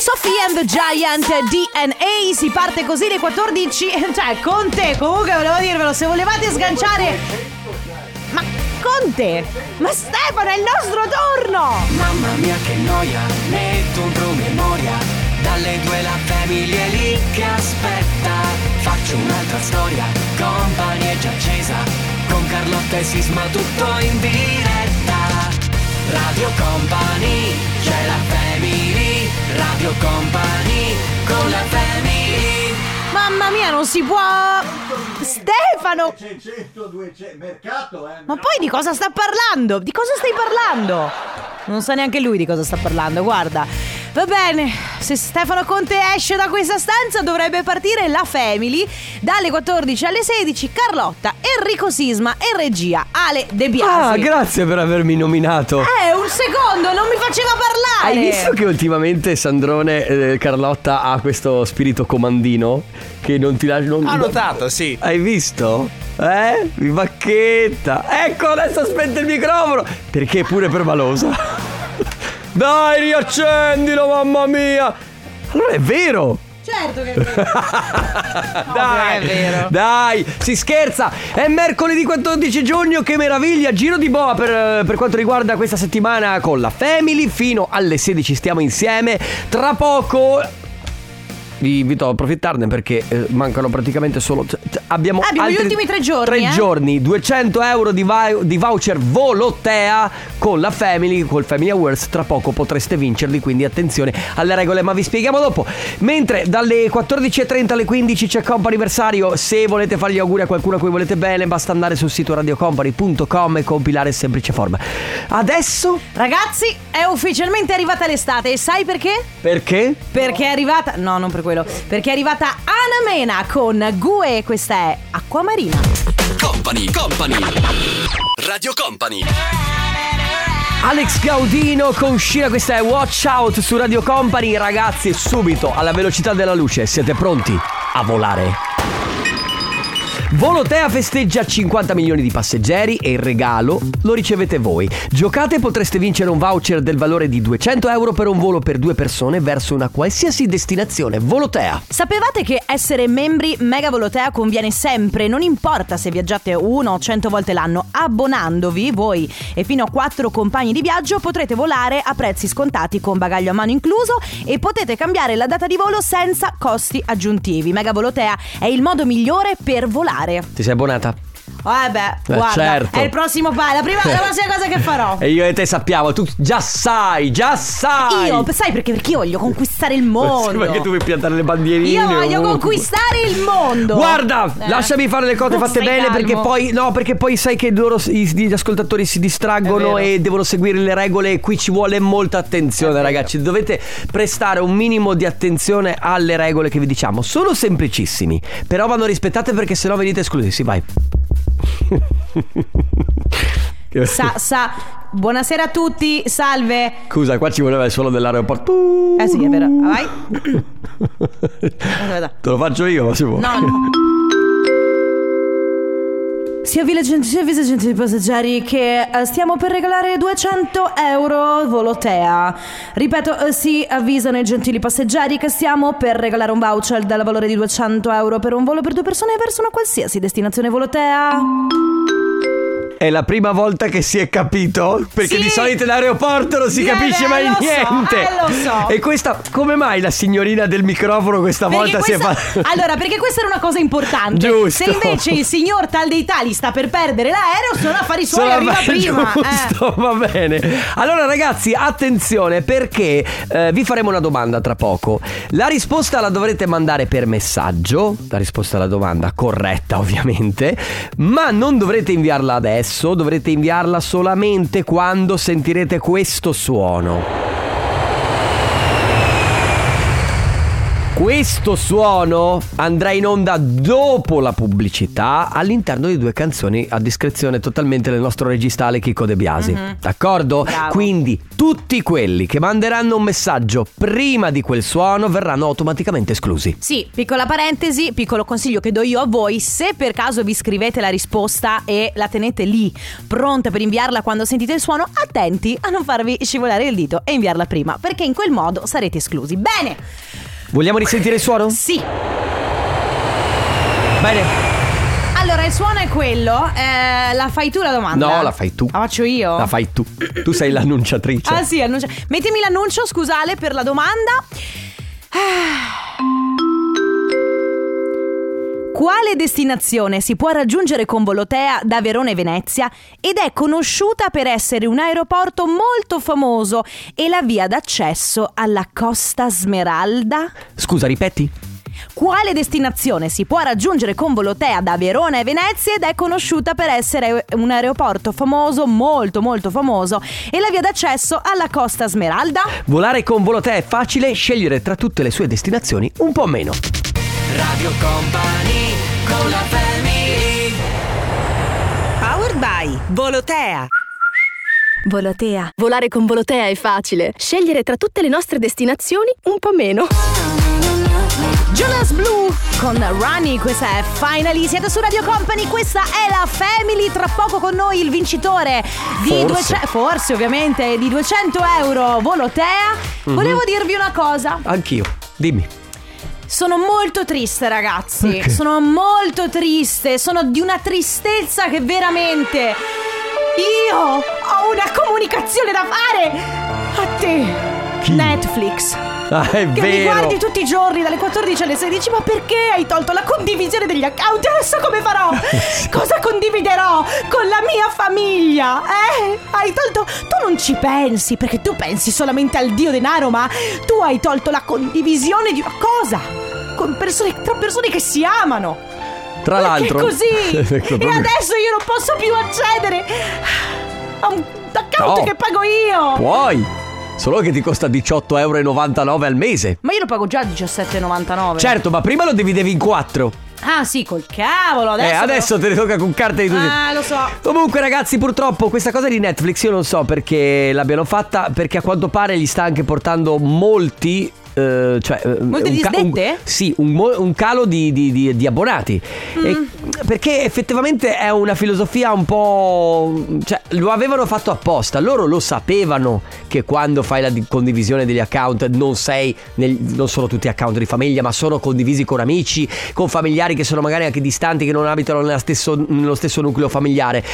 Sophie and the Giant DNA si parte così alle 14 cioè Conte comunque volevo dirvelo se volevate sganciare ma Conte ma Stefano è il nostro turno Mamma mia che noia, metto un promemoria Dalle due la famiglia è lì che aspetta Faccio un'altra storia, company è già accesa Con Carlotta e Sisma tutto in diretta Radio Company, c'è la family Radio Company, con la family mamma mia non si può Stefano 600, 200, mercato, eh. ma poi di cosa sta parlando di cosa stai parlando non sa neanche lui di cosa sta parlando guarda Va bene, se Stefano Conte esce da questa stanza dovrebbe partire la Family dalle 14 alle 16, Carlotta, Enrico Sisma e regia Ale De Ah, Biasi. grazie per avermi nominato. Eh, un secondo, non mi faceva parlare. Hai visto che ultimamente Sandrone eh, Carlotta ha questo spirito comandino che non ti lascia non... Ha notato, sì. Hai visto? Eh? Mi bacchetta. Ecco, adesso aspetta il microfono perché è pure permalosa. Dai, riaccendilo, mamma mia. Allora è vero. Certo che è vero. Dai, è vero. dai, si scherza. È mercoledì 14 giugno, che meraviglia. Giro di boa per, per quanto riguarda questa settimana con la Family. Fino alle 16 stiamo insieme. Tra poco. Vi invito a approfittarne perché eh, mancano praticamente solo. t- t- abbiamo Abbiamo gli altri ultimi tre giorni, Tre eh. giorni, 200 euro di, vai- di voucher Volotea con la Family, col Family Awards. Tra poco potreste vincerli, quindi attenzione alle regole, ma vi spieghiamo dopo. Mentre dalle 14.30 alle 15 c'è Comp Anniversario. Se volete fare gli auguri a qualcuno a cui volete bene, basta andare sul sito radiocompany.com e compilare in semplice forma. Adesso Ragazzi, è ufficialmente arrivata l'estate e sai perché? perché? Perché è arrivata No, non per quello. Perché è arrivata Anna Mena con Gue, questa è Acquamarina. Company, Company Radio Company Alex Gaudino con Scina, questa è Watch Out su Radio Company. Ragazzi, subito alla velocità della luce, siete pronti a volare? Volotea festeggia 50 milioni di passeggeri e il regalo lo ricevete voi. Giocate e potreste vincere un voucher del valore di 200 euro per un volo per due persone verso una qualsiasi destinazione. Volotea. Sapevate che essere membri Mega Volotea conviene sempre, non importa se viaggiate uno o cento volte l'anno, abbonandovi voi e fino a quattro compagni di viaggio potrete volare a prezzi scontati con bagaglio a mano incluso e potete cambiare la data di volo senza costi aggiuntivi. Mega Volotea è il modo migliore per volare. Ti sei abbonata? Eh beh, guarda, certo. è il prossimo pa- la prima, la prossima cosa che farò. E io e te sappiamo, tu già sai, già sai. Io, sai perché? Perché io voglio conquistare il Sembra che tu mondo. vuoi piantare le bandierine. oh. Io voglio ovunque. conquistare il mondo. Guarda, Eh. lasciami fare le cose fatte Stai bene calmo. perché poi no, perché poi sai che loro i- gli ascoltatori si distraggono È vero. e devono seguire le regole e qui ci vuole molta attenzione, ragazzi. Dovete prestare un minimo di attenzione alle regole che vi diciamo. Sono semplicissimi, però vanno rispettate perché sennò venite esclusi. Sì, vai. Sa, sa, buonasera a tutti, salve. Scusa, qua ci voleva il suono dell'aeroporto. Eh sì, è vero. Vai. Te lo faccio io, ma se vuoi. Sia gente, avvisa gente di passeggeri che eh, stiamo per regalare 200 euro volotea. Ripeto, eh, si avvisano i gentili passeggeri che stiamo per regalare un voucher dal valore di 200 euro per un volo per due persone verso una qualsiasi destinazione volotea. È la prima volta che si è capito? Perché Sì. di solito in aeroporto non si Eh, capisce beh, mai lo so, niente. eh, lo so. E questa, come mai la signorina del microfono questa volta Perché si è questa- fatta. Allora, perché questa era una cosa importante. Giusto. Se invece il signor tal dei tali sta per perdere l'aereo, sono affari suoi, Sono arriva va- prima. eh. Giusto, va bene. Allora, ragazzi, attenzione perché eh, vi faremo una domanda tra poco. La risposta la dovrete mandare per messaggio. La risposta alla domanda corretta, ovviamente. Ma non dovrete inviarla adesso, dovrete inviarla solamente quando sentirete questo suono. Questo suono andrà in onda dopo la pubblicità all'interno di due canzoni a discrezione totalmente del nostro regista Ale Chicco De Biasi. Mhm. D'accordo? Bravo. Quindi tutti quelli che manderanno un messaggio prima di quel suono verranno automaticamente esclusi. Sì, piccola parentesi, piccolo consiglio che do io a voi, se per caso vi scrivete la risposta e la tenete lì, pronta per inviarla quando sentite il suono, attenti a non farvi scivolare il dito e inviarla prima, perché in quel modo sarete esclusi. Bene! Vogliamo risentire il suono? Sì, Bene. allora il suono è quello, eh, la fai tu la domanda? No, la fai tu. La faccio io? La fai tu. Tu sei l'annunciatrice. Ah sì, annuncia. Mettimi l'annuncio, scusale, per la domanda. Ah. Quale destinazione si può raggiungere con Volotea da Verona e Venezia ed è conosciuta per essere un aeroporto molto famoso e la via d'accesso alla Costa Smeralda? Scusa, ripeti? Quale destinazione si può raggiungere con Volotea da Verona e Venezia ed è conosciuta per essere un aeroporto famoso, molto molto famoso, e la via d'accesso alla Costa Smeralda? Volare con Volotea è facile, scegliere tra tutte le sue destinazioni un po' meno. Radio Company con la family Powered by Volotea. Volotea. Volare con Volotea è facile. Scegliere tra tutte le nostre destinazioni un po' meno. Jonas Blue con Runny, questa è Finally, siete su Radio Company, questa è la Family, tra poco con noi il vincitore di Forse. 200, forse ovviamente, di 200 euro Volotea. Volevo dirvi una cosa, Anch'io. Dimmi. Sono molto triste, ragazzi. Perché? Sono molto triste. Sono di una tristezza che veramente. Io ho una comunicazione da fare a te, Chi? Netflix. Ah, è Che mi vero. guardi tutti i giorni dalle 14 alle 16 Ma perché hai tolto la condivisione degli account? Adesso come farò? Cosa condividerò con la mia famiglia? Eh? Hai tolto... Tu non ci pensi perché tu pensi solamente al dio denaro Ma tu hai tolto la condivisione di una cosa Con persone, tra persone che si amano Tra perché l'altro. così? Ecco, e proprio- adesso io non posso più accedere a un account No. che pago io Puoi. Solo che ti costa 18,99 euro al mese. Ma io lo pago già a 17,99 Certo, ma prima lo dividevi in quattro. Ah sì, col cavolo adesso. eh, adesso te ne tocca con carte di tutti. Ah, lo so. Comunque ragazzi purtroppo questa cosa di Netflix io non so perché l'abbiano fatta perché a quanto pare gli sta anche portando molti eh, cioè, eh, Molte un un- disdette? sì, un, mo- un calo di, di- di- di abbonati. E- Mm. perché effettivamente è una filosofia un po'. cioè, lo avevano fatto apposta. Loro lo sapevano che quando fai la di- condivisione degli account non sei. nel- non sono tutti account di famiglia, ma sono condivisi con amici, con familiari che sono magari anche distanti, che non abitano nella stesso- nello stesso nucleo familiare.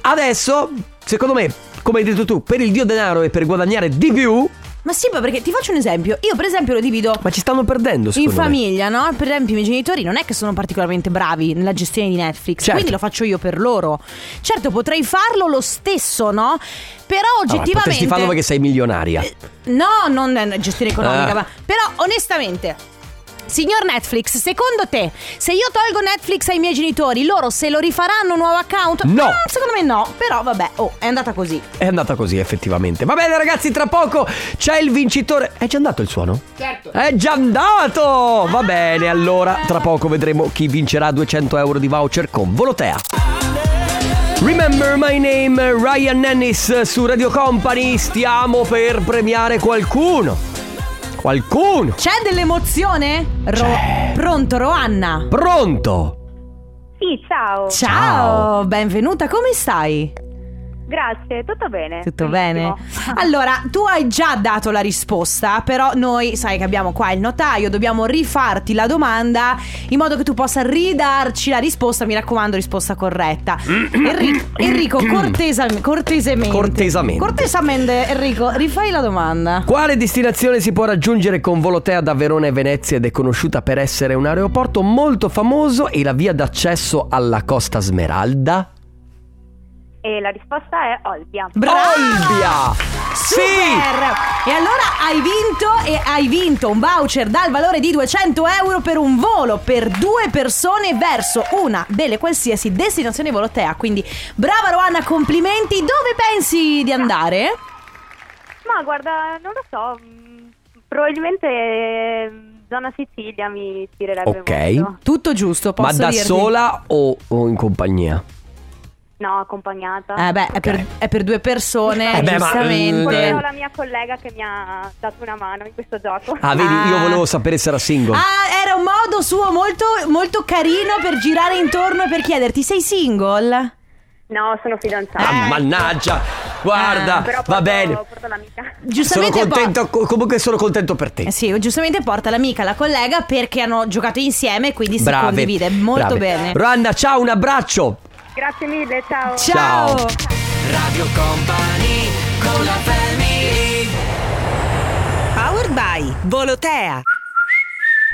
Adesso, secondo me, come hai detto tu, per il dio denaro e per guadagnare di più, Ma sì, ma perché ti faccio un esempio. Io, per esempio, lo divido. ma ci stanno perdendo. In secondo me. famiglia, no? Per esempio, i miei genitori non è che sono particolarmente bravi nella gestione di Netflix, Certo. quindi lo faccio io per loro. Certo, potrei farlo lo stesso, no? Però Allora, oggettivamente. Ah, potresti farlo perché sei milionaria. No, non è gestione economica, Ah. ma- però onestamente. Signor Netflix, secondo te, se io tolgo Netflix ai miei genitori, loro se lo rifaranno un nuovo account? No. Mm, secondo me no, però vabbè, oh, è andata così. È andata così effettivamente. Va bene ragazzi, tra poco c'è il vincitore. È già andato il suono? Certo. È già andato! Va bene, allora tra poco vedremo chi vincerà 200 euro di voucher con Volotea. Remember my name, Ryan Nennis su Radio Company. Stiamo per premiare qualcuno. Qualcuno. C'è dell'emozione? Ro- Pronto, Roanna? Pronto? Sì, ciao. Ciao, benvenuta, come stai? Grazie, tutto bene. Tutto Benissimo. bene? Allora, tu hai già dato la risposta, però noi sai che abbiamo qua il notaio, dobbiamo rifarti la domanda in modo che tu possa ridarci la risposta, mi raccomando, risposta corretta. Enri- Enrico, cortesam- cortesemente. Cortesamente. Cortesemente, Enrico, rifai la domanda. Quale destinazione si può raggiungere con Volotea da Verona e Venezia ed è conosciuta per essere un aeroporto molto famoso e la via d'accesso alla Costa Smeralda? E la risposta è Olbia. Brava! Ah! Olbia! Sì! Super! E allora hai vinto e hai vinto un voucher dal valore di 200 euro per un volo per due persone verso una delle qualsiasi destinazioni volotea. Quindi brava Roanna, complimenti. Dove pensi di andare? Ma guarda, non lo so, mh, mm, probabilmente mh, zona Sicilia mi tirerebbe Ok. molto. Tutto giusto, posso Ma da dirti? sola o, o in compagnia? No, accompagnata. Eh beh, è, per, è per due persone, Eh beh, ma- giustamente. eh, Ho la mia collega che mi ha dato una mano in questo gioco. Ah, vedi, Ah. io volevo sapere se era single. Ah, era un modo suo molto, molto carino per girare intorno e per chiederti: sei single? No, sono fidanzata. Ah, mannaggia, Ah, guarda, Però Ah, va porto- bene. Porto l'amica. Sono Giustamente po- contento, co- comunque sono contento per te. Eh sì, giustamente porta l'amica, la collega perché hanno giocato insieme e quindi si Brave. condivide molto brave. bene. Randa, ciao, un abbraccio. Grazie mille, ciao. Ciao. Ciao. Radio Company con la family Powered by Volotea.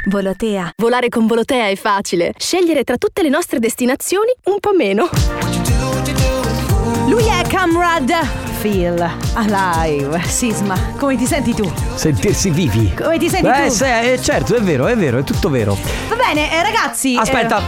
Volotea. Volare con Volotea è facile. Scegliere tra tutte le nostre destinazioni un po' meno. Lui è Camrad Phil Alive Sisma. Come ti senti tu? Sentirsi vivi. Come ti senti Eh, tu? se- eh, certo, è vero, è vero, è tutto vero. Va bene, eh, ragazzi. eh, Aspetta.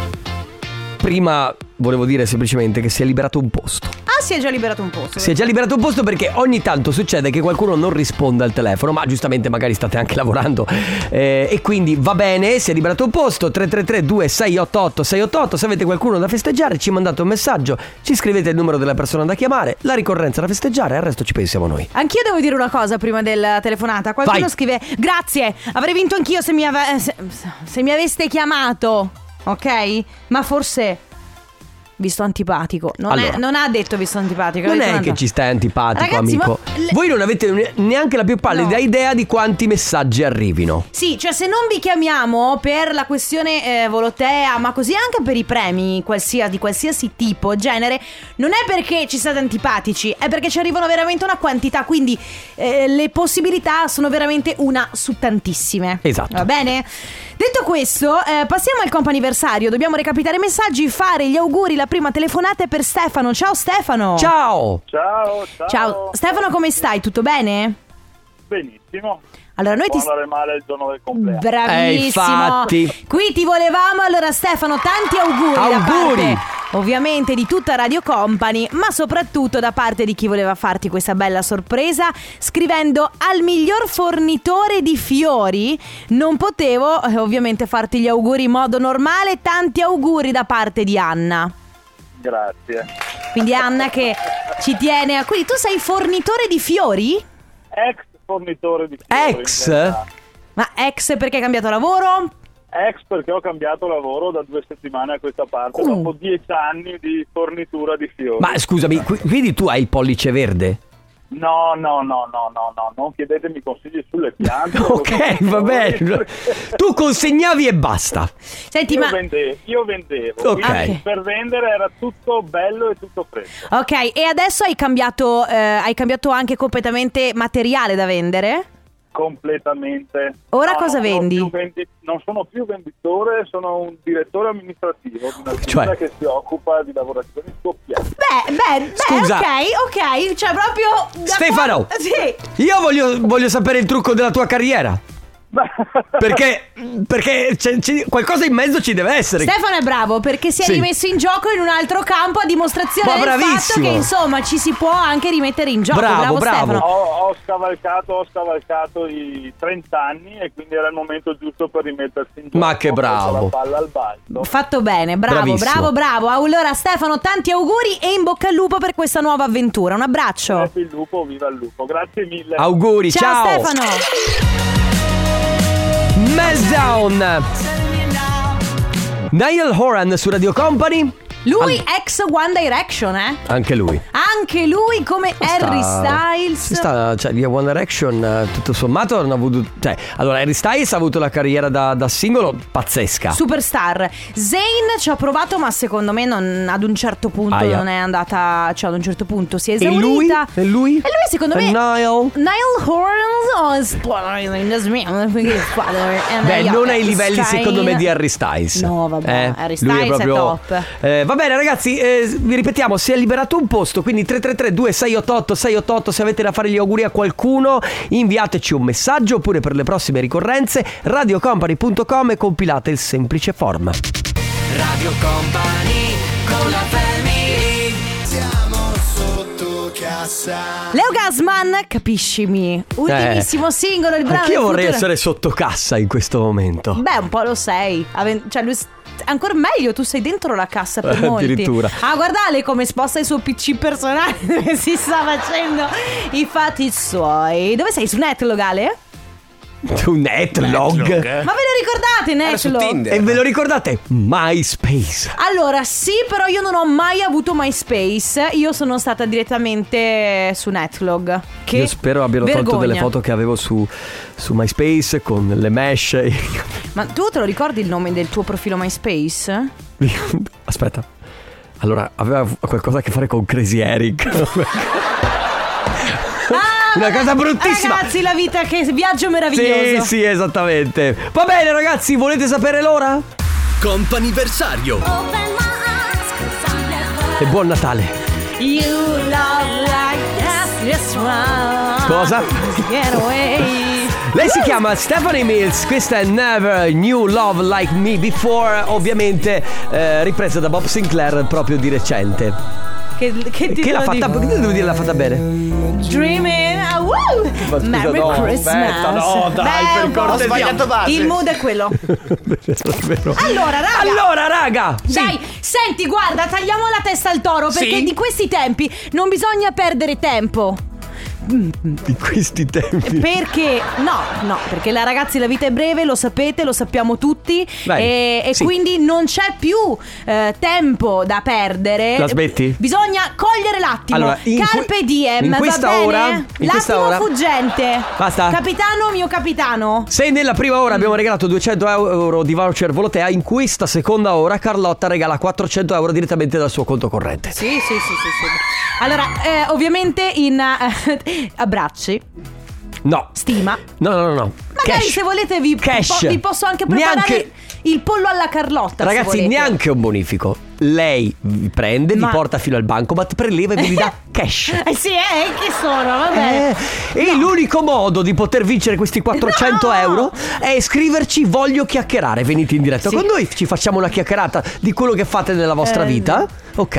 Prima volevo dire semplicemente che si è liberato un posto. ah, si è già liberato un posto. Si è già liberato un posto perché ogni tanto succede che qualcuno non risponda al telefono, ma giustamente magari state anche lavorando. Eh, e quindi va bene, si è liberato un posto. 333-2688-688. Se avete qualcuno da festeggiare, ci mandate un messaggio, ci scrivete il numero della persona da chiamare, la ricorrenza da festeggiare, al resto ci pensiamo noi. Anch'io devo dire una cosa prima della telefonata. Qualcuno Vai. scrive: Grazie, avrei vinto anch'io se mi, ave- eh, se- se mi aveste chiamato. Ok? Ma forse. Vi sto antipatico. Non, è- Allora. non ha detto vi sto antipatico. ha Non detto è un'altra- che ci stai antipatico, Ragazzi, amico. ma le- Voi non avete ne- neanche la più pallida No. idea di quanti messaggi arrivino. Sì, cioè se non vi chiamiamo per la questione eh, volotea, ma così anche per i premi qualsia- di qualsiasi tipo, genere, non è perché ci state antipatici, è perché ci arrivano veramente una quantità, quindi eh, le possibilità sono veramente una su tantissime. Esatto. Va bene? Detto questo, eh, passiamo al comp'anniversario, dobbiamo recapitare i messaggi, fare gli auguri, la prima telefonata è per Stefano. Ciao Stefano! Ciao! Ciao, ciao. Ciao. Stefano, come stai? Tutto bene? Benissimo. Allora noi ti... Può andare male il giorno del compleanno. Bravissimo. Eh, infatti. Qui ti volevamo. Allora, Stefano, tanti auguri. Da Auguri. parte, ovviamente di tutta Radio Company, ma soprattutto da parte di chi voleva farti questa bella sorpresa, scrivendo al miglior fornitore di fiori. Non potevo, eh, ovviamente, farti gli auguri in modo normale. Tanti auguri da parte di Anna. Grazie. Quindi Anna che ci tiene a... Quindi tu sei fornitore di fiori? Ex fornitore di fiori, Ex? in realtà. Ma ex perché hai cambiato lavoro? Ex perché ho cambiato lavoro da due settimane a questa parte, Uh. dopo dieci anni di fornitura di fiori. Ma scusami, qui- quindi tu hai il pollice verde? No, no, no, no, no, no, non chiedetemi consigli sulle piante. Ok, va bene. Tu consegnavi e basta. Senti, Io, ma... vende- io vendevo, Ok. quindi per vendere era tutto bello e tutto fresco. Ok, e adesso hai cambiato, eh, hai cambiato anche completamente materiale da vendere? Completamente. Ora cosa non sono vendi? più vendi- non sono più venditore, sono un direttore amministrativo di un'azienda Cioè? che si occupa di lavorazioni scoppiate. Beh, beh, beh, Scusa. ok, ok, cioè proprio... da Stefano! qua- Sì! Io voglio, voglio sapere il trucco della tua carriera. Perché, perché c'è- c'è- qualcosa in mezzo ci deve essere. Stefano è bravo perché si è Sì. rimesso in gioco in un altro campo a dimostrazione Ma del fatto bravissimo. che insomma ci si può anche rimettere in gioco. Bravo, Bravo, bravo. Stefano. Ho, ho scavalcato, ho scavalcato i 30 anni e quindi era il momento giusto per rimettersi in gioco. Ma che bravo. Con La palla al balzo. Fatto bene, bravo, Bravissimo. bravo, bravo. Allora Stefano, tanti auguri e in bocca al lupo per questa nuova avventura. Un abbraccio. Happy il lupo, viva il lupo. Grazie mille. Auguri, ciao. Stefano. Meltdown. Niall Horan su Radio Company. Lui ex One Direction, eh? Anche lui. Anche lui come Harry Styles. Ci sta, cioè, via One Direction, eh, tutto sommato, hanno avuto. Cioè, allora, Harry Styles ha avuto la carriera da, da singolo pazzesca. Superstar Zayn ci ha provato ma secondo me non- ad un certo punto Aia. non è andata Cioè ad un certo punto si è E lui? esaurita E lui? E lui secondo me E Niall? Niall Horns Oh, o Beh, non ai livelli secondo me di Harry Styles. No vabbè Eh, Harry lui Styles è, top Eh, va bene ragazzi, eh, vi ripetiamo, si è liberato un posto, quindi 333-2688-688 se avete da fare gli auguri a qualcuno, inviateci un messaggio oppure per le prossime ricorrenze radiocompany.com e compilate il semplice form. Radio Company con la family Leo Gasman, capiscimi. Ultimissimo Eh. singolo, il brano. Anch'io del vorrei futuro. essere sotto cassa in questo momento. Beh, un po' lo sei. Aven- Cioè, lui. s- Ancora meglio, tu sei dentro la cassa per molti. Addirittura. Ah, guardale come sposta il suo PC personale. si sta facendo i fatti suoi. Dove sei? Su Netlog, Ale? Eh. Un Ma netlog. ve lo ricordate, Era su Netlog? Tinder. E ve lo ricordate? MySpace. Allora, sì, però io non ho mai avuto MySpace. Io sono stata direttamente su Netlog. Che Io spero abbiano tolto vergogna. delle foto che avevo su, su MySpace con le mesh. e- Ma tu te lo ricordi il nome del tuo profilo MySpace? Aspetta. Allora, aveva qualcosa a che fare con Crazy Eric. Ah, Una vabbè. cosa bruttissima. Ragazzi, la vita che viaggio meraviglioso. sì, sì, esattamente. Va bene, ragazzi, volete sapere l'ora? Comp'anniversario E buon Natale. You love like this, this one. Cosa? Get away. Lei si chiama Stephanie Mills, questa è Never New Love Like Me Before, ovviamente eh, ripresa da Bob Sinclair proprio di recente. Che, che Che titolo l'ha fatta, di- devo dire, l'ha fatta bene. Dreaming. ah, woo! Ma scusa, Merry no, Christmas. aspetta, no, dai, Beh, per un po'- cortesia. Ho sbagliato base. Il mood è quello. Davvero. Allora, raga. Allora, raga! Dai, senti, guarda, tagliamo la testa al toro perché di questi tempi non bisogna perdere tempo. In questi tempi. Perché no, no, perché la ragazzi la vita è breve, lo sapete, lo sappiamo tutti Bene, e, e sì. quindi non c'è più eh, tempo da perdere. La smetti? Bisogna cogliere l'attimo. Allora, in que- Carpe diem, in questa va bene? ora- in L'attimo questa ora- fuggente. Basta. Capitano, mio capitano. Se nella prima ora abbiamo regalato 200 euro di voucher Volotea, in questa seconda ora Carlotta regala 400 euro direttamente dal suo conto corrente. Sì, sì, sì, sì, sì. Allora, eh, ovviamente in eh, abbracci, No. stima. No, no, no, no. Magari Cash. se volete vi, Cash. po- vi posso anche preparare Neanche- il pollo alla Carlotta. se Ragazzi, volete. neanche un bonifico. Lei vi prende, Ma- vi porta fino al bancomat, preleva e vi dà cash. Eh sì, eh, che sono, vabbè. Eh, e l'unico modo di poter vincere questi 400 No! euro è iscriverci Voglio chiacchierare. Venite in diretta Sì. con noi, ci facciamo una chiacchierata di quello che fate nella vostra Eh. vita. Ok,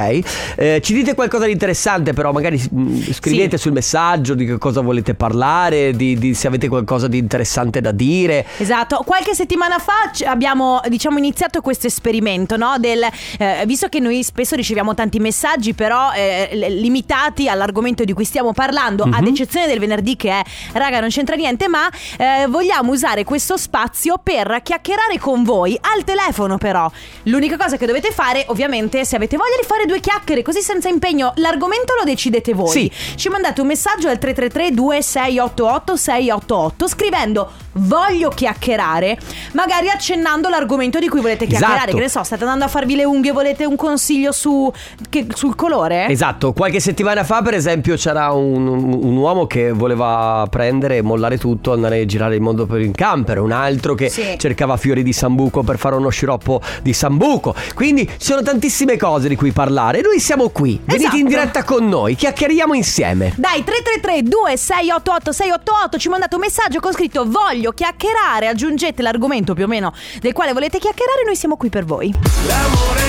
Eh, ci dite qualcosa di interessante, però magari mm, scrivete Sì. sul messaggio di che cosa volete parlare, di, di se avete qualcosa di interessante da dire. Esatto, qualche settimana fa ci- abbiamo diciamo iniziato questo esperimento, no? Del, eh, visto che noi spesso riceviamo tanti messaggi, però eh, l- limitati all'argomento di cui stiamo parlando, Mhm. ad eccezione del venerdì che è raga non c'entra niente, ma eh, vogliamo usare questo spazio per chiacchierare con voi al telefono però. L'unica cosa che dovete fare ovviamente se avete voglia di fare due chiacchiere così senza impegno, l'argomento lo decidete voi. Sì. Ci mandate un messaggio al 333 2688 688 scrivendo voglio chiacchierare, magari accennando l'argomento di cui volete chiacchierare. Esatto. Che ne so, state andando a farvi le unghie, volete un consiglio su, che- sul colore? Esatto, qualche settimana fa per esempio c'era un, un uomo che voleva prendere, mollare tutto, andare a girare il mondo per in camper, un altro che Sì. cercava fiori di sambuco per fare uno sciroppo di sambuco. Quindi ci sono tantissime cose di cui parlare. Noi siamo qui, venite Esatto. in diretta con noi, chiacchieriamo insieme. Dai, 333 2688 688 ci mandate un messaggio con scritto voglio chiacchierare, aggiungete l'argomento più o meno del quale volete chiacchierare, noi siamo qui per voi.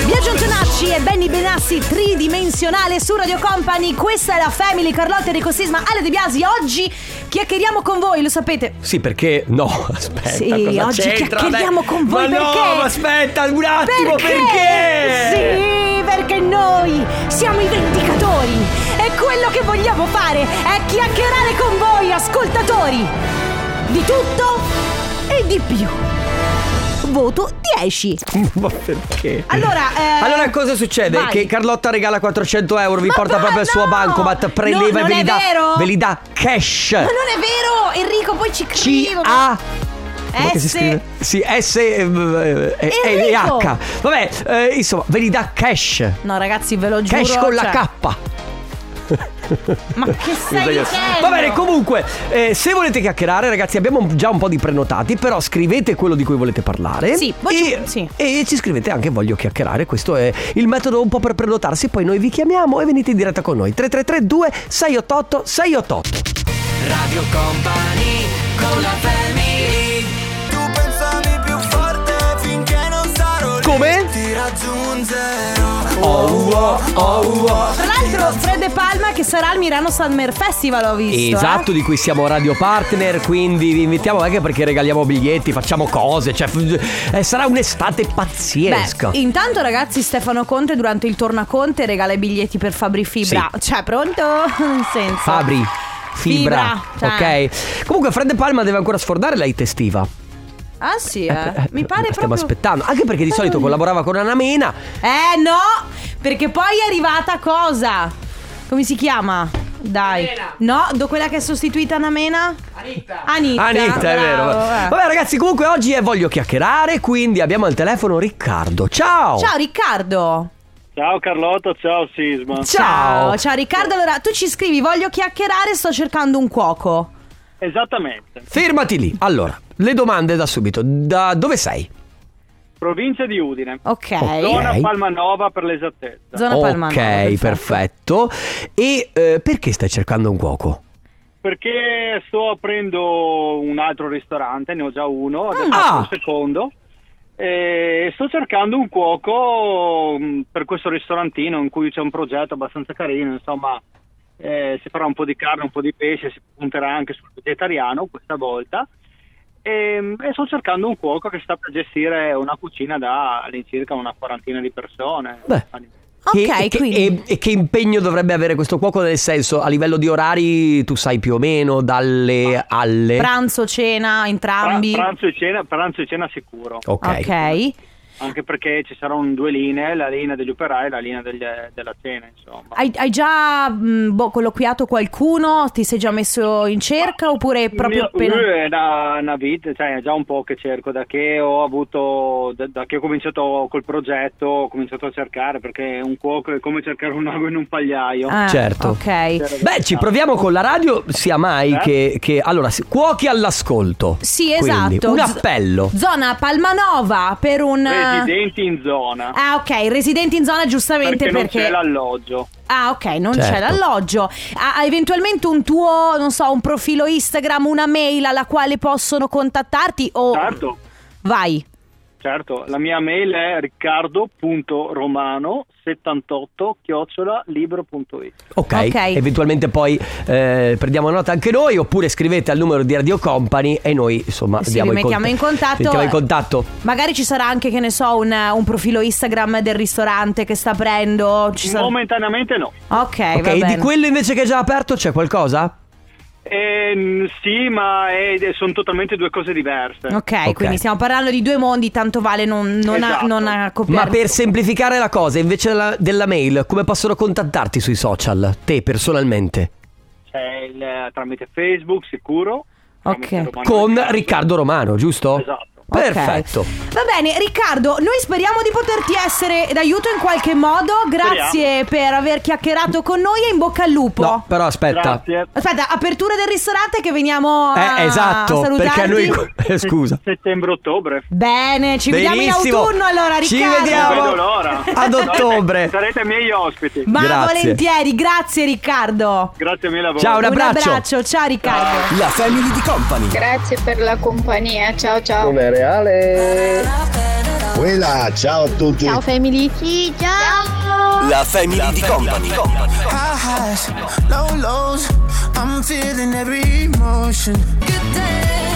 Biagio Antonacci e Benny Benassi tridimensionale su Radio Company, questa è la Family, Carlotta Enrico Sisma, Ale De Biasi, oggi chiacchieriamo con voi, lo sapete. Sì, perché no, aspetta. Sì, cosa oggi c'entra? chiacchieriamo Beh, con voi ma perché? No, ma aspetta un attimo, Ah, perché? Sì, perché noi siamo i vendicatori e quello che vogliamo fare è chiacchierare con voi ascoltatori di tutto e di più. Voto 10. ma perché? Allora, eh, Allora, cosa succede? vai. Che Carlotta regala 400 euro, vi Ma porta va, proprio al suo no! bancomat, preleva No, e ve non li, è dà, vero! ve li dà cash. Ma non è vero, Enrico, poi ci Eh, credo. C-A. Com'è che si S- scrive? Sì, S eh, eh, eh, eh, Enrico! H. Vabbè, eh, insomma, ve li dà cash. No, ragazzi, ve lo giuro. Cash con la cioè, K. Ma che stai dicendo? Va bene, comunque, eh, se volete chiacchierare, ragazzi, abbiamo già un po' di prenotati, però scrivete quello di cui volete parlare. Sì, voi ci- e, sì. e ci scrivete anche voglio chiacchierare, questo è il metodo un po' per prenotarsi, poi noi vi chiamiamo e venite in diretta con noi. 3332 688 688. Radio Company con la family Tu pensavi più forte finché non sarò lì Come? Ti raggiungerò Ho un uo, oh, uo. Tra l'altro, Fred De Palma che sarà al Milano Summer Festival, ho visto. eh. Esatto, di cui siamo radio partner, quindi vi invitiamo anche perché regaliamo biglietti, facciamo cose, cioè f- eh, sarà un'estate eh. Beh, pazzesca. intanto ragazzi Stefano Conte durante il tornaconte regala i biglietti per Fabri Fibra. Cioè, pronto? Nel senso. Fabri, fibra, Fibra, cioè. ok. Comunque Fred De Palma deve ancora sfordare la hit estiva. Ah sì, eh. Eh, mi pare la proprio Stiamo aspettando, anche perché di solito collaborava con Anna Mena. Eh no, perché poi è arrivata cosa? Come si chiama? Dai. No, do quella che è sostituita Anna Mena? Anita. Anita, Anita, Ah, è vero. bravo, eh. Vabbè ragazzi, comunque oggi è voglio chiacchierare, quindi abbiamo al telefono Riccardo. Ciao! Ciao Riccardo. Ciao Carlotta, ciao Sisma. Ciao. Ciao Riccardo. Allora, tu ci scrivi, voglio chiacchierare, sto cercando un cuoco. Esattamente. Fermati lì. Allora, le domande da subito. Da dove sei? Provincia di Udine. Ok. Ok. Zona Palmanova per l'esattezza. Zona Palmanova. ok, perfetto. E eh, perché stai cercando un cuoco? Perché sto aprendo un altro ristorante, ne ho già uno, adesso Ah. apro un secondo. E sto cercando un cuoco mh, per questo ristorantino in cui c'è un progetto abbastanza carino, insomma, eh, si farà un po' di carne, un po' di pesce, si punterà anche sul vegetariano questa volta. E, e sto cercando un cuoco che sta per gestire una cucina da all'incirca una quarantina di persone. Beh. Ok, e, che- quindi- e- e che impegno dovrebbe avere questo cuoco? Nel senso, a livello di orari, tu sai più o meno, dalle Ah, alle. Pranzo, cena, Pra- entrambi. pranzo, e cena, pranzo e cena sicuro. ok. ok. anche perché ci saranno due linee, la linea degli operai e la linea degli- della cena, insomma. Hai, hai già mh, boh, colloquiato qualcuno? Ti sei già messo in cerca oppure è proprio Io- appena... io è una, una vita, cioè è già un po' che cerco, da che ho avuto, da, da che ho cominciato col progetto, ho cominciato a cercare, perché un cuoco è come cercare un ago in un pagliaio. Cioè, Ah, Certo. Ok. Beh, ci proviamo con la radio, sia mai Eh? che, che- Allora, sì, cuochi all'ascolto. Sì, Quindi, esatto. un Z- appello. Zona Palmanova per un... eh, Residenti in zona, Ah ok, residenti in zona giustamente perché perché... non c'è l'alloggio. Ah ok, non c'è Certo. l'alloggio. Ha, ha eventualmente un tuo, non so, un profilo Instagram, una mail alla quale possono contattarti o... Certo, Vai. certo, la mia mail è riccardo.romano78 chiocciola libro.it. Ok, Ok. eventualmente poi eh, prendiamo nota anche noi oppure scrivete al numero di Radio Company e noi insomma Sì, Ah, diamo vi i cont- mettiamo in contatto. mettiamo in contatto. Magari ci sarà anche, che ne so, un, un profilo Instagram del ristorante che sta aprendo. Ci sarà... Momentaneamente no. Ok, Eh, va Ok, e bene. di quello invece che è già aperto c'è qualcosa? Ehm, sì, ma è- sono totalmente due cose diverse. ok, Ok. quindi stiamo parlando di due mondi, tanto vale non, non, a- Esatto. non accoppiare- Ma per semplificare la cosa, invece della, della mail, come possono contattarti sui social, te personalmente? C'è il- tramite Facebook, sicuro. Ok. tramite Romano Con Riccardo Romano, giusto? Esatto. Ok. Perfetto. Va bene, Riccardo, noi speriamo di poterti essere d'aiuto in qualche modo. Grazie per aver chiacchierato con noi e in bocca al lupo. No, però aspetta. Grazie. Aspetta, apertura del ristorante che veniamo a Eh, esatto, Ah, salutarti. perché a noi eh, scusa. Settembre-ottobre. Bene, ci vediamo in Benissimo. autunno allora, Ci Riccardo. vediamo. Non vedo l'ora. Ad ottobre. Sarete, sarete miei ospiti. Ma Grazie. volentieri, grazie Riccardo. Grazie mille a voi. Ciao, Un abbraccio. ciao Riccardo. La Family di Company. Grazie per la compagnia, ciao ciao. Quella, ciao a tutti. Ciao family. Sì, ciao. La Family di Company.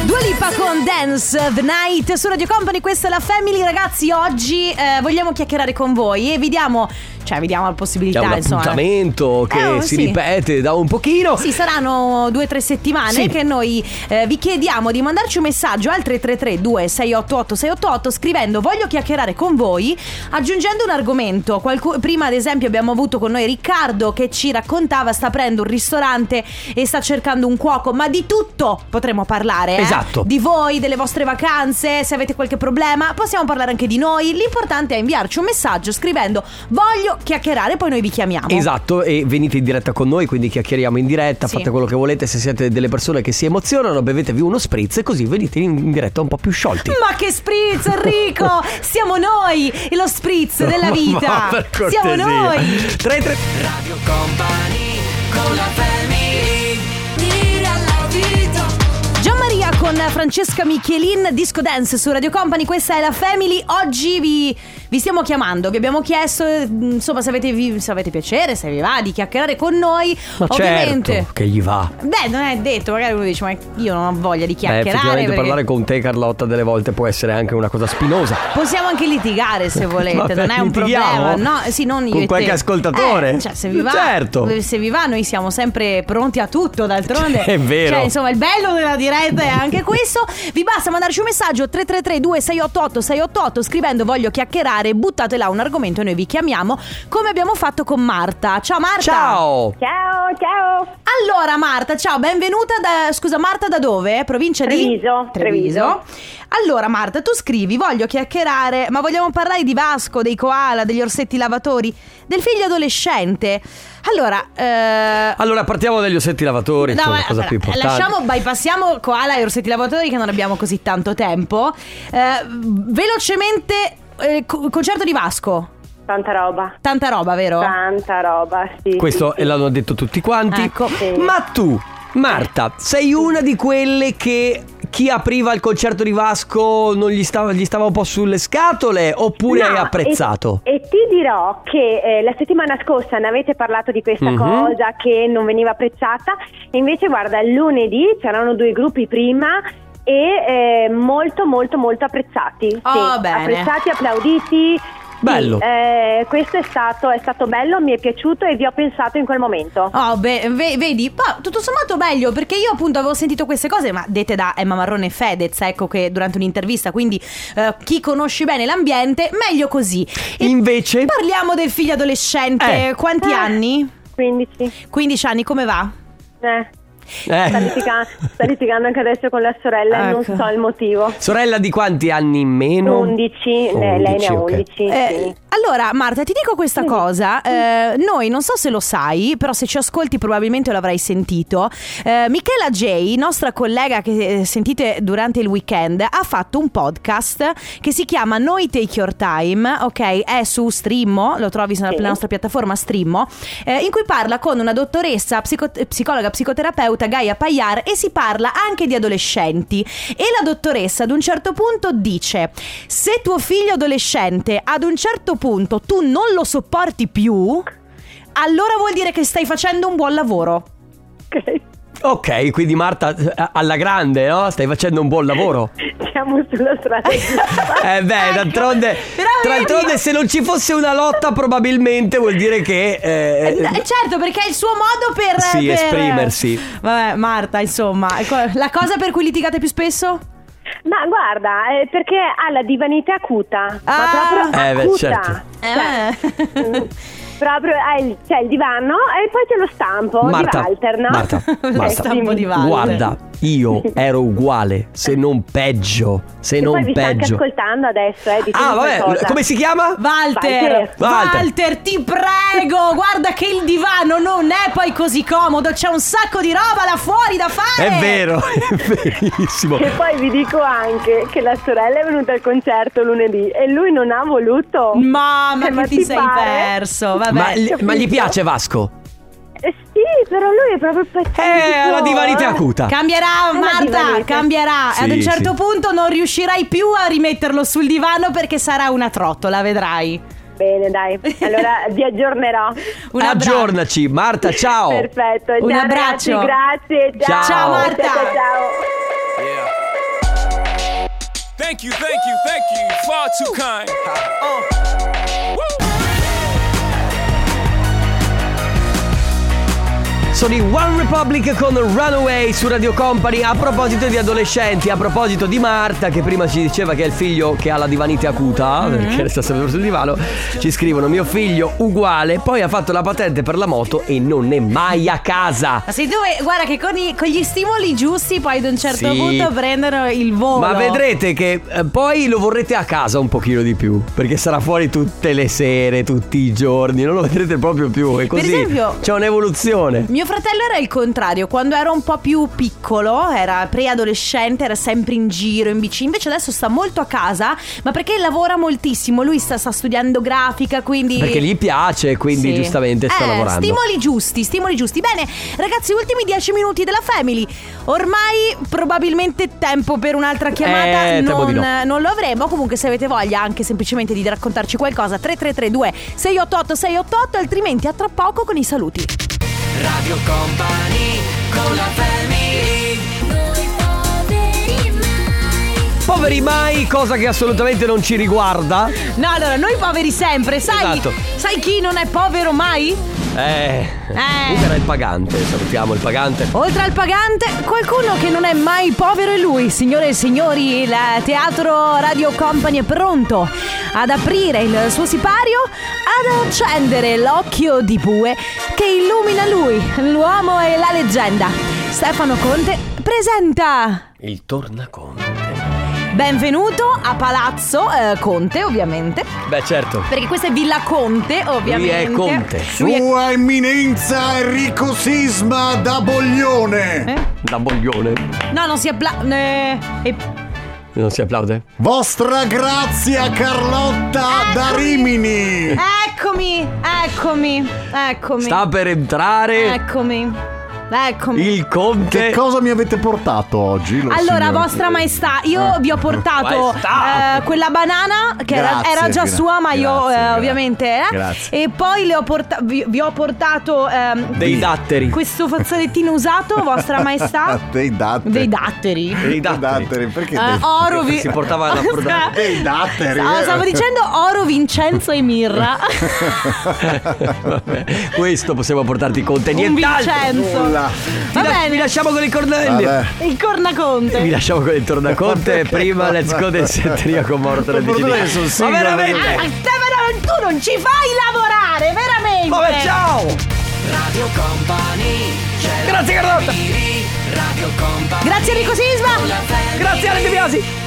Dua Lipa con Dance the Night su Radio Company, questa è la Family. Ragazzi, oggi eh, vogliamo chiacchierare con voi e vi diamo, cioè vi diamo la C'è possibilità, un insomma. appuntamento che Eh, oh, si sì. ripete da un pochino. Sì, saranno due o tre settimane Sì. che noi eh, vi chiediamo di mandarci un messaggio al 333-2688-688 scrivendo voglio chiacchierare con voi, aggiungendo un argomento. Qualcu- prima ad esempio abbiamo avuto con noi Riccardo che ci raccontava sta aprendo un ristorante e sta cercando un cuoco, ma di tutto potremo parlare. eh? Esatto. Di voi, delle vostre vacanze, se avete qualche problema, possiamo parlare anche di noi. L'importante è inviarci un messaggio scrivendo voglio chiacchierare, poi noi vi chiamiamo. Esatto, e venite in diretta con noi, quindi chiacchieriamo in diretta, Sì. fate quello che volete, se siete delle persone che si emozionano, bevetevi uno spritz e così venite in in diretta un po' più sciolti. Ma che spritz, Enrico! Siamo noi! e Lo spritz della Ma vita! per Siamo cortesia. noi! Tre, tre. Gian Maria con con Francesca Michelin, Disco Dance su Radio Company, questa è la Family. Oggi vi, vi stiamo chiamando, vi abbiamo chiesto, eh, insomma, se avete, vi- se avete piacere, se vi va di chiacchierare con noi. Ma Ovviamente. certo che gli va. Beh, non è detto, magari uno dice, ma io non ho voglia di Beh, chiacchierare. effettivamente perché parlare con te Carlotta delle volte può essere anche una cosa spinosa. Possiamo anche litigare se volete, Vabbè, non è un litighiamo? problema. No, eh, sì, non io Con e qualche te. ascoltatore? Eh, cioè, se vi va, Certo. se vi va, noi siamo sempre pronti a tutto, d'altronde. È vero. Cioè, insomma, il bello della diretta è anche questo. Vi basta mandarci un messaggio 333 2688 688 scrivendo voglio chiacchierare, buttate là un argomento e noi vi chiamiamo, come abbiamo fatto con Marta. Ciao Marta. Ciao! Ciao, ciao. Allora Marta, ciao, benvenuta da, scusa Marta da dove? Provincia Treviso, di Treviso. Treviso. Allora Marta, tu scrivi, voglio chiacchierare, ma vogliamo parlare di Vasco, dei koala, degli orsetti lavatori, del figlio adolescente. Allora, eh, Allora partiamo dagli ossetti lavatori, no, insomma, ma- Ecco, la cosa più allora, importante. lasciamo, bypassiamo koala e orsetti lavatori che non abbiamo così tanto tempo. Eh, velocemente, eh, co- concerto di Vasco, Tanta roba. tanta roba, vero? Tanta roba, sì. Oh. Questo eh, l'hanno detto tutti quanti. Ecco. Sì. Ma tu, Marta, sei una di quelle che chi apriva il concerto di Vasco non gli stava, gli stava un po' sulle scatole oppure No, hai apprezzato? E, e ti dirò che eh, la settimana scorsa ne avete parlato di questa Mhm. cosa che non veniva apprezzata, invece guarda, lunedì c'erano due gruppi prima e eh, molto molto molto apprezzati. Oh, Sì, bene. Apprezzati, applauditi. Sì, Bello. eh, questo è stato, è stato bello, mi è piaciuto e vi ho pensato in quel Ah. momento. Oh, beh, ve- vedi, ma tutto sommato meglio perché io appunto avevo sentito queste cose, ma dette da Emma Marrone e Fedez, ecco che durante un'intervista, quindi eh, chi conosce bene l'ambiente, meglio così. E Invece, Parliamo del figlio adolescente, Eh. quanti Eh. anni? 15. 15 anni, come va? Eh, Sta, eh, litiga- sta litigando anche adesso con la sorella, e non Ecco. so il motivo. sorella di quanti anni in meno? 11, eh, lei ne 11, ha ok. 11. Eh, sì. Mm. allora, Marta, ti dico questa cosa. Eh, noi non so se lo sai, però se ci ascolti probabilmente l'avrai sentito. Eh, Michela J, nostra collega che eh, sentite durante il weekend, ha fatto un podcast che si chiama Noi Take Your Time, ok? È su Strimmo, lo trovi sulla Sì. pla- nostra piattaforma Strimmo, eh, in cui parla con una dottoressa, psico- psicologa, psicoterapeuta, Gaia Pagliar, e si parla anche di adolescenti. E la dottoressa ad un certo punto dice: Se tuo figlio adolescente ad un certo punto tu non lo sopporti più, allora vuol dire che stai facendo un buon lavoro. Ok. Ok, quindi Marta eh, alla grande, no? Stai facendo un buon lavoro. Siamo sulla strada giusta. Eh beh, Ecco. d'altronde, Però vedi- d'altronde se non ci fosse una lotta probabilmente vuol dire che... eh, Eh, certo, perché è il suo modo per. Sì, per- esprimersi. Vabbè, Marta, insomma, ecco, la cosa per cui litigate più spesso? Ma guarda, eh, perché ha la divanità acuta. Ah. ma proprio Eh, beh, acuta. certo. Eh, Mm, proprio ha il- c'è il divano e poi c'è lo stampo Marta, di Walter, no? Marta, Lo Marta, stampo di Walter. Guarda, io ero uguale, se non peggio, se E poi non vi sta anche peggio. ascoltando adesso, eh, ditemi Ah, vabbè, qualcosa. come si chiama? Walter, Walter. Walter, ti prego, guarda che il divano non è poi così comodo, c'è un sacco di roba là fuori da fare. È vero, è verissimo. E poi vi dico anche che la sorella è venuta al concerto lunedì e lui non ha voluto. Mamma, Eh, che ma ti ti sei pare? perso. Vabbè. Ma, gli- capito. ma gli piace Vasco? Eh, sì, però lui è proprio pazzesco. Eh, la divanità acuta. Cambierà Eh, ma Marta, divenete. cambierà. Sì, Ad un certo sì. punto non riuscirai più a rimetterlo sul divano perché sarà una trottola, vedrai. Bene, dai. Allora vi aggiornerò. Un abbraccio. Aggiornaci, Marta, ciao. Perfetto. Oh, Un ciao, abbraccio. ragazzi, grazie. Ciao, Ciao, Marta. Ciao, ciao. Thank you, thank you, thank you. Far too kind. Sono i One Republic con Runaway su Radio Company. A proposito di adolescenti, a proposito di Marta, che prima ci diceva che è il figlio che ha la divanite acuta, perché sta sempre sul divano, ci scrivono: Mio figlio uguale, poi ha fatto la patente per la moto e non è mai a casa. Ma sei tu, eh, guarda che con, i- con gli stimoli giusti poi ad un certo Sì. punto prendono il volo. Ma vedrete che eh, poi lo vorrete a casa un pochino di più, perché sarà fuori tutte le sere, tutti i giorni, non lo vedrete proprio più. E così esempio- c'è un'evoluzione. Mio fratello era il contrario, quando era un po' più piccolo, era preadolescente, era sempre in giro, in bici, invece adesso sta molto a casa, ma perché lavora moltissimo, lui sta, sta studiando grafica, quindi... Perché gli piace, quindi Sì. giustamente sta Eh, lavorando. Stimoli giusti, stimoli giusti. Bene, ragazzi, ultimi dieci minuti della Family. Ormai probabilmente tempo per un'altra chiamata Eh, temo non, di non lo avremo. Comunque, se avete voglia anche semplicemente di raccontarci qualcosa, 3332 688 688, altrimenti a tra poco con i saluti. Radio Company con la family Poveri mai, cosa che assolutamente non ci riguarda. No, allora, noi poveri sempre, sai? Esatto. Sai chi non è povero mai? Eh. Eh. Uber è il pagante, salutiamo il pagante. Oltre al pagante, qualcuno che non è mai povero è lui. Signore e signori, il Teatro Radio Company è pronto ad aprire il suo sipario, ad accendere l'occhio di bue che illumina lui, l'uomo e la leggenda. Stefano Conte presenta Il tornaconto. Benvenuto a Palazzo eh, Conte, ovviamente. Beh, certo. Perché questa è Villa Conte, ovviamente. Conte. Lui è- Sua eminenza Enrico Sisma da Boglione. Eh? Da boglione. No, non si appla... eh, e- Non si applaude? Vostra grazia Carlotta Ah, da Rimini. Eccomi, eccomi, eccomi. Sta per entrare Eccomi. Eccomi. il conte. Che cosa mi avete portato oggi? lo Allora, signor- vostra maestà, io vi ho portato Maestà. eh, quella banana che era- Grazie, era, già gra- sua, ma io grazie, eh, gra- ovviamente. eh. grazie. E poi le ho porta- vi, vi ho portato ehm, dei datteri. questo fazzolettino usato, vostra maestà. Dei datteri. Dei datteri. Dei datteri. Perché Eh, dei- oh. oro vi- Si portava la portata. Dei datteri. Ah, eh. stavo dicendo oro, Vincenzo e Mirra. Eh, Vabbè, Questo possiamo portarti conte, Un nient'altro. Vincenzo. Nulla. Va bene. Vi lasciamo con i cornelli. Vabbè. Il cornaconte. Vi lasciamo con il tornaconte. Perché? Prima, let's go del setteria con Morto. Per fortuna che sono Ma single, veramente? Ah, Stefano, tu non ci fai lavorare, veramente. Vabbè, ciao. Radio Company c'è la Grazie, Carlotta. family, Radio Company Grazie Enrico Sisma. con la family. Grazie, Ale De Biasi.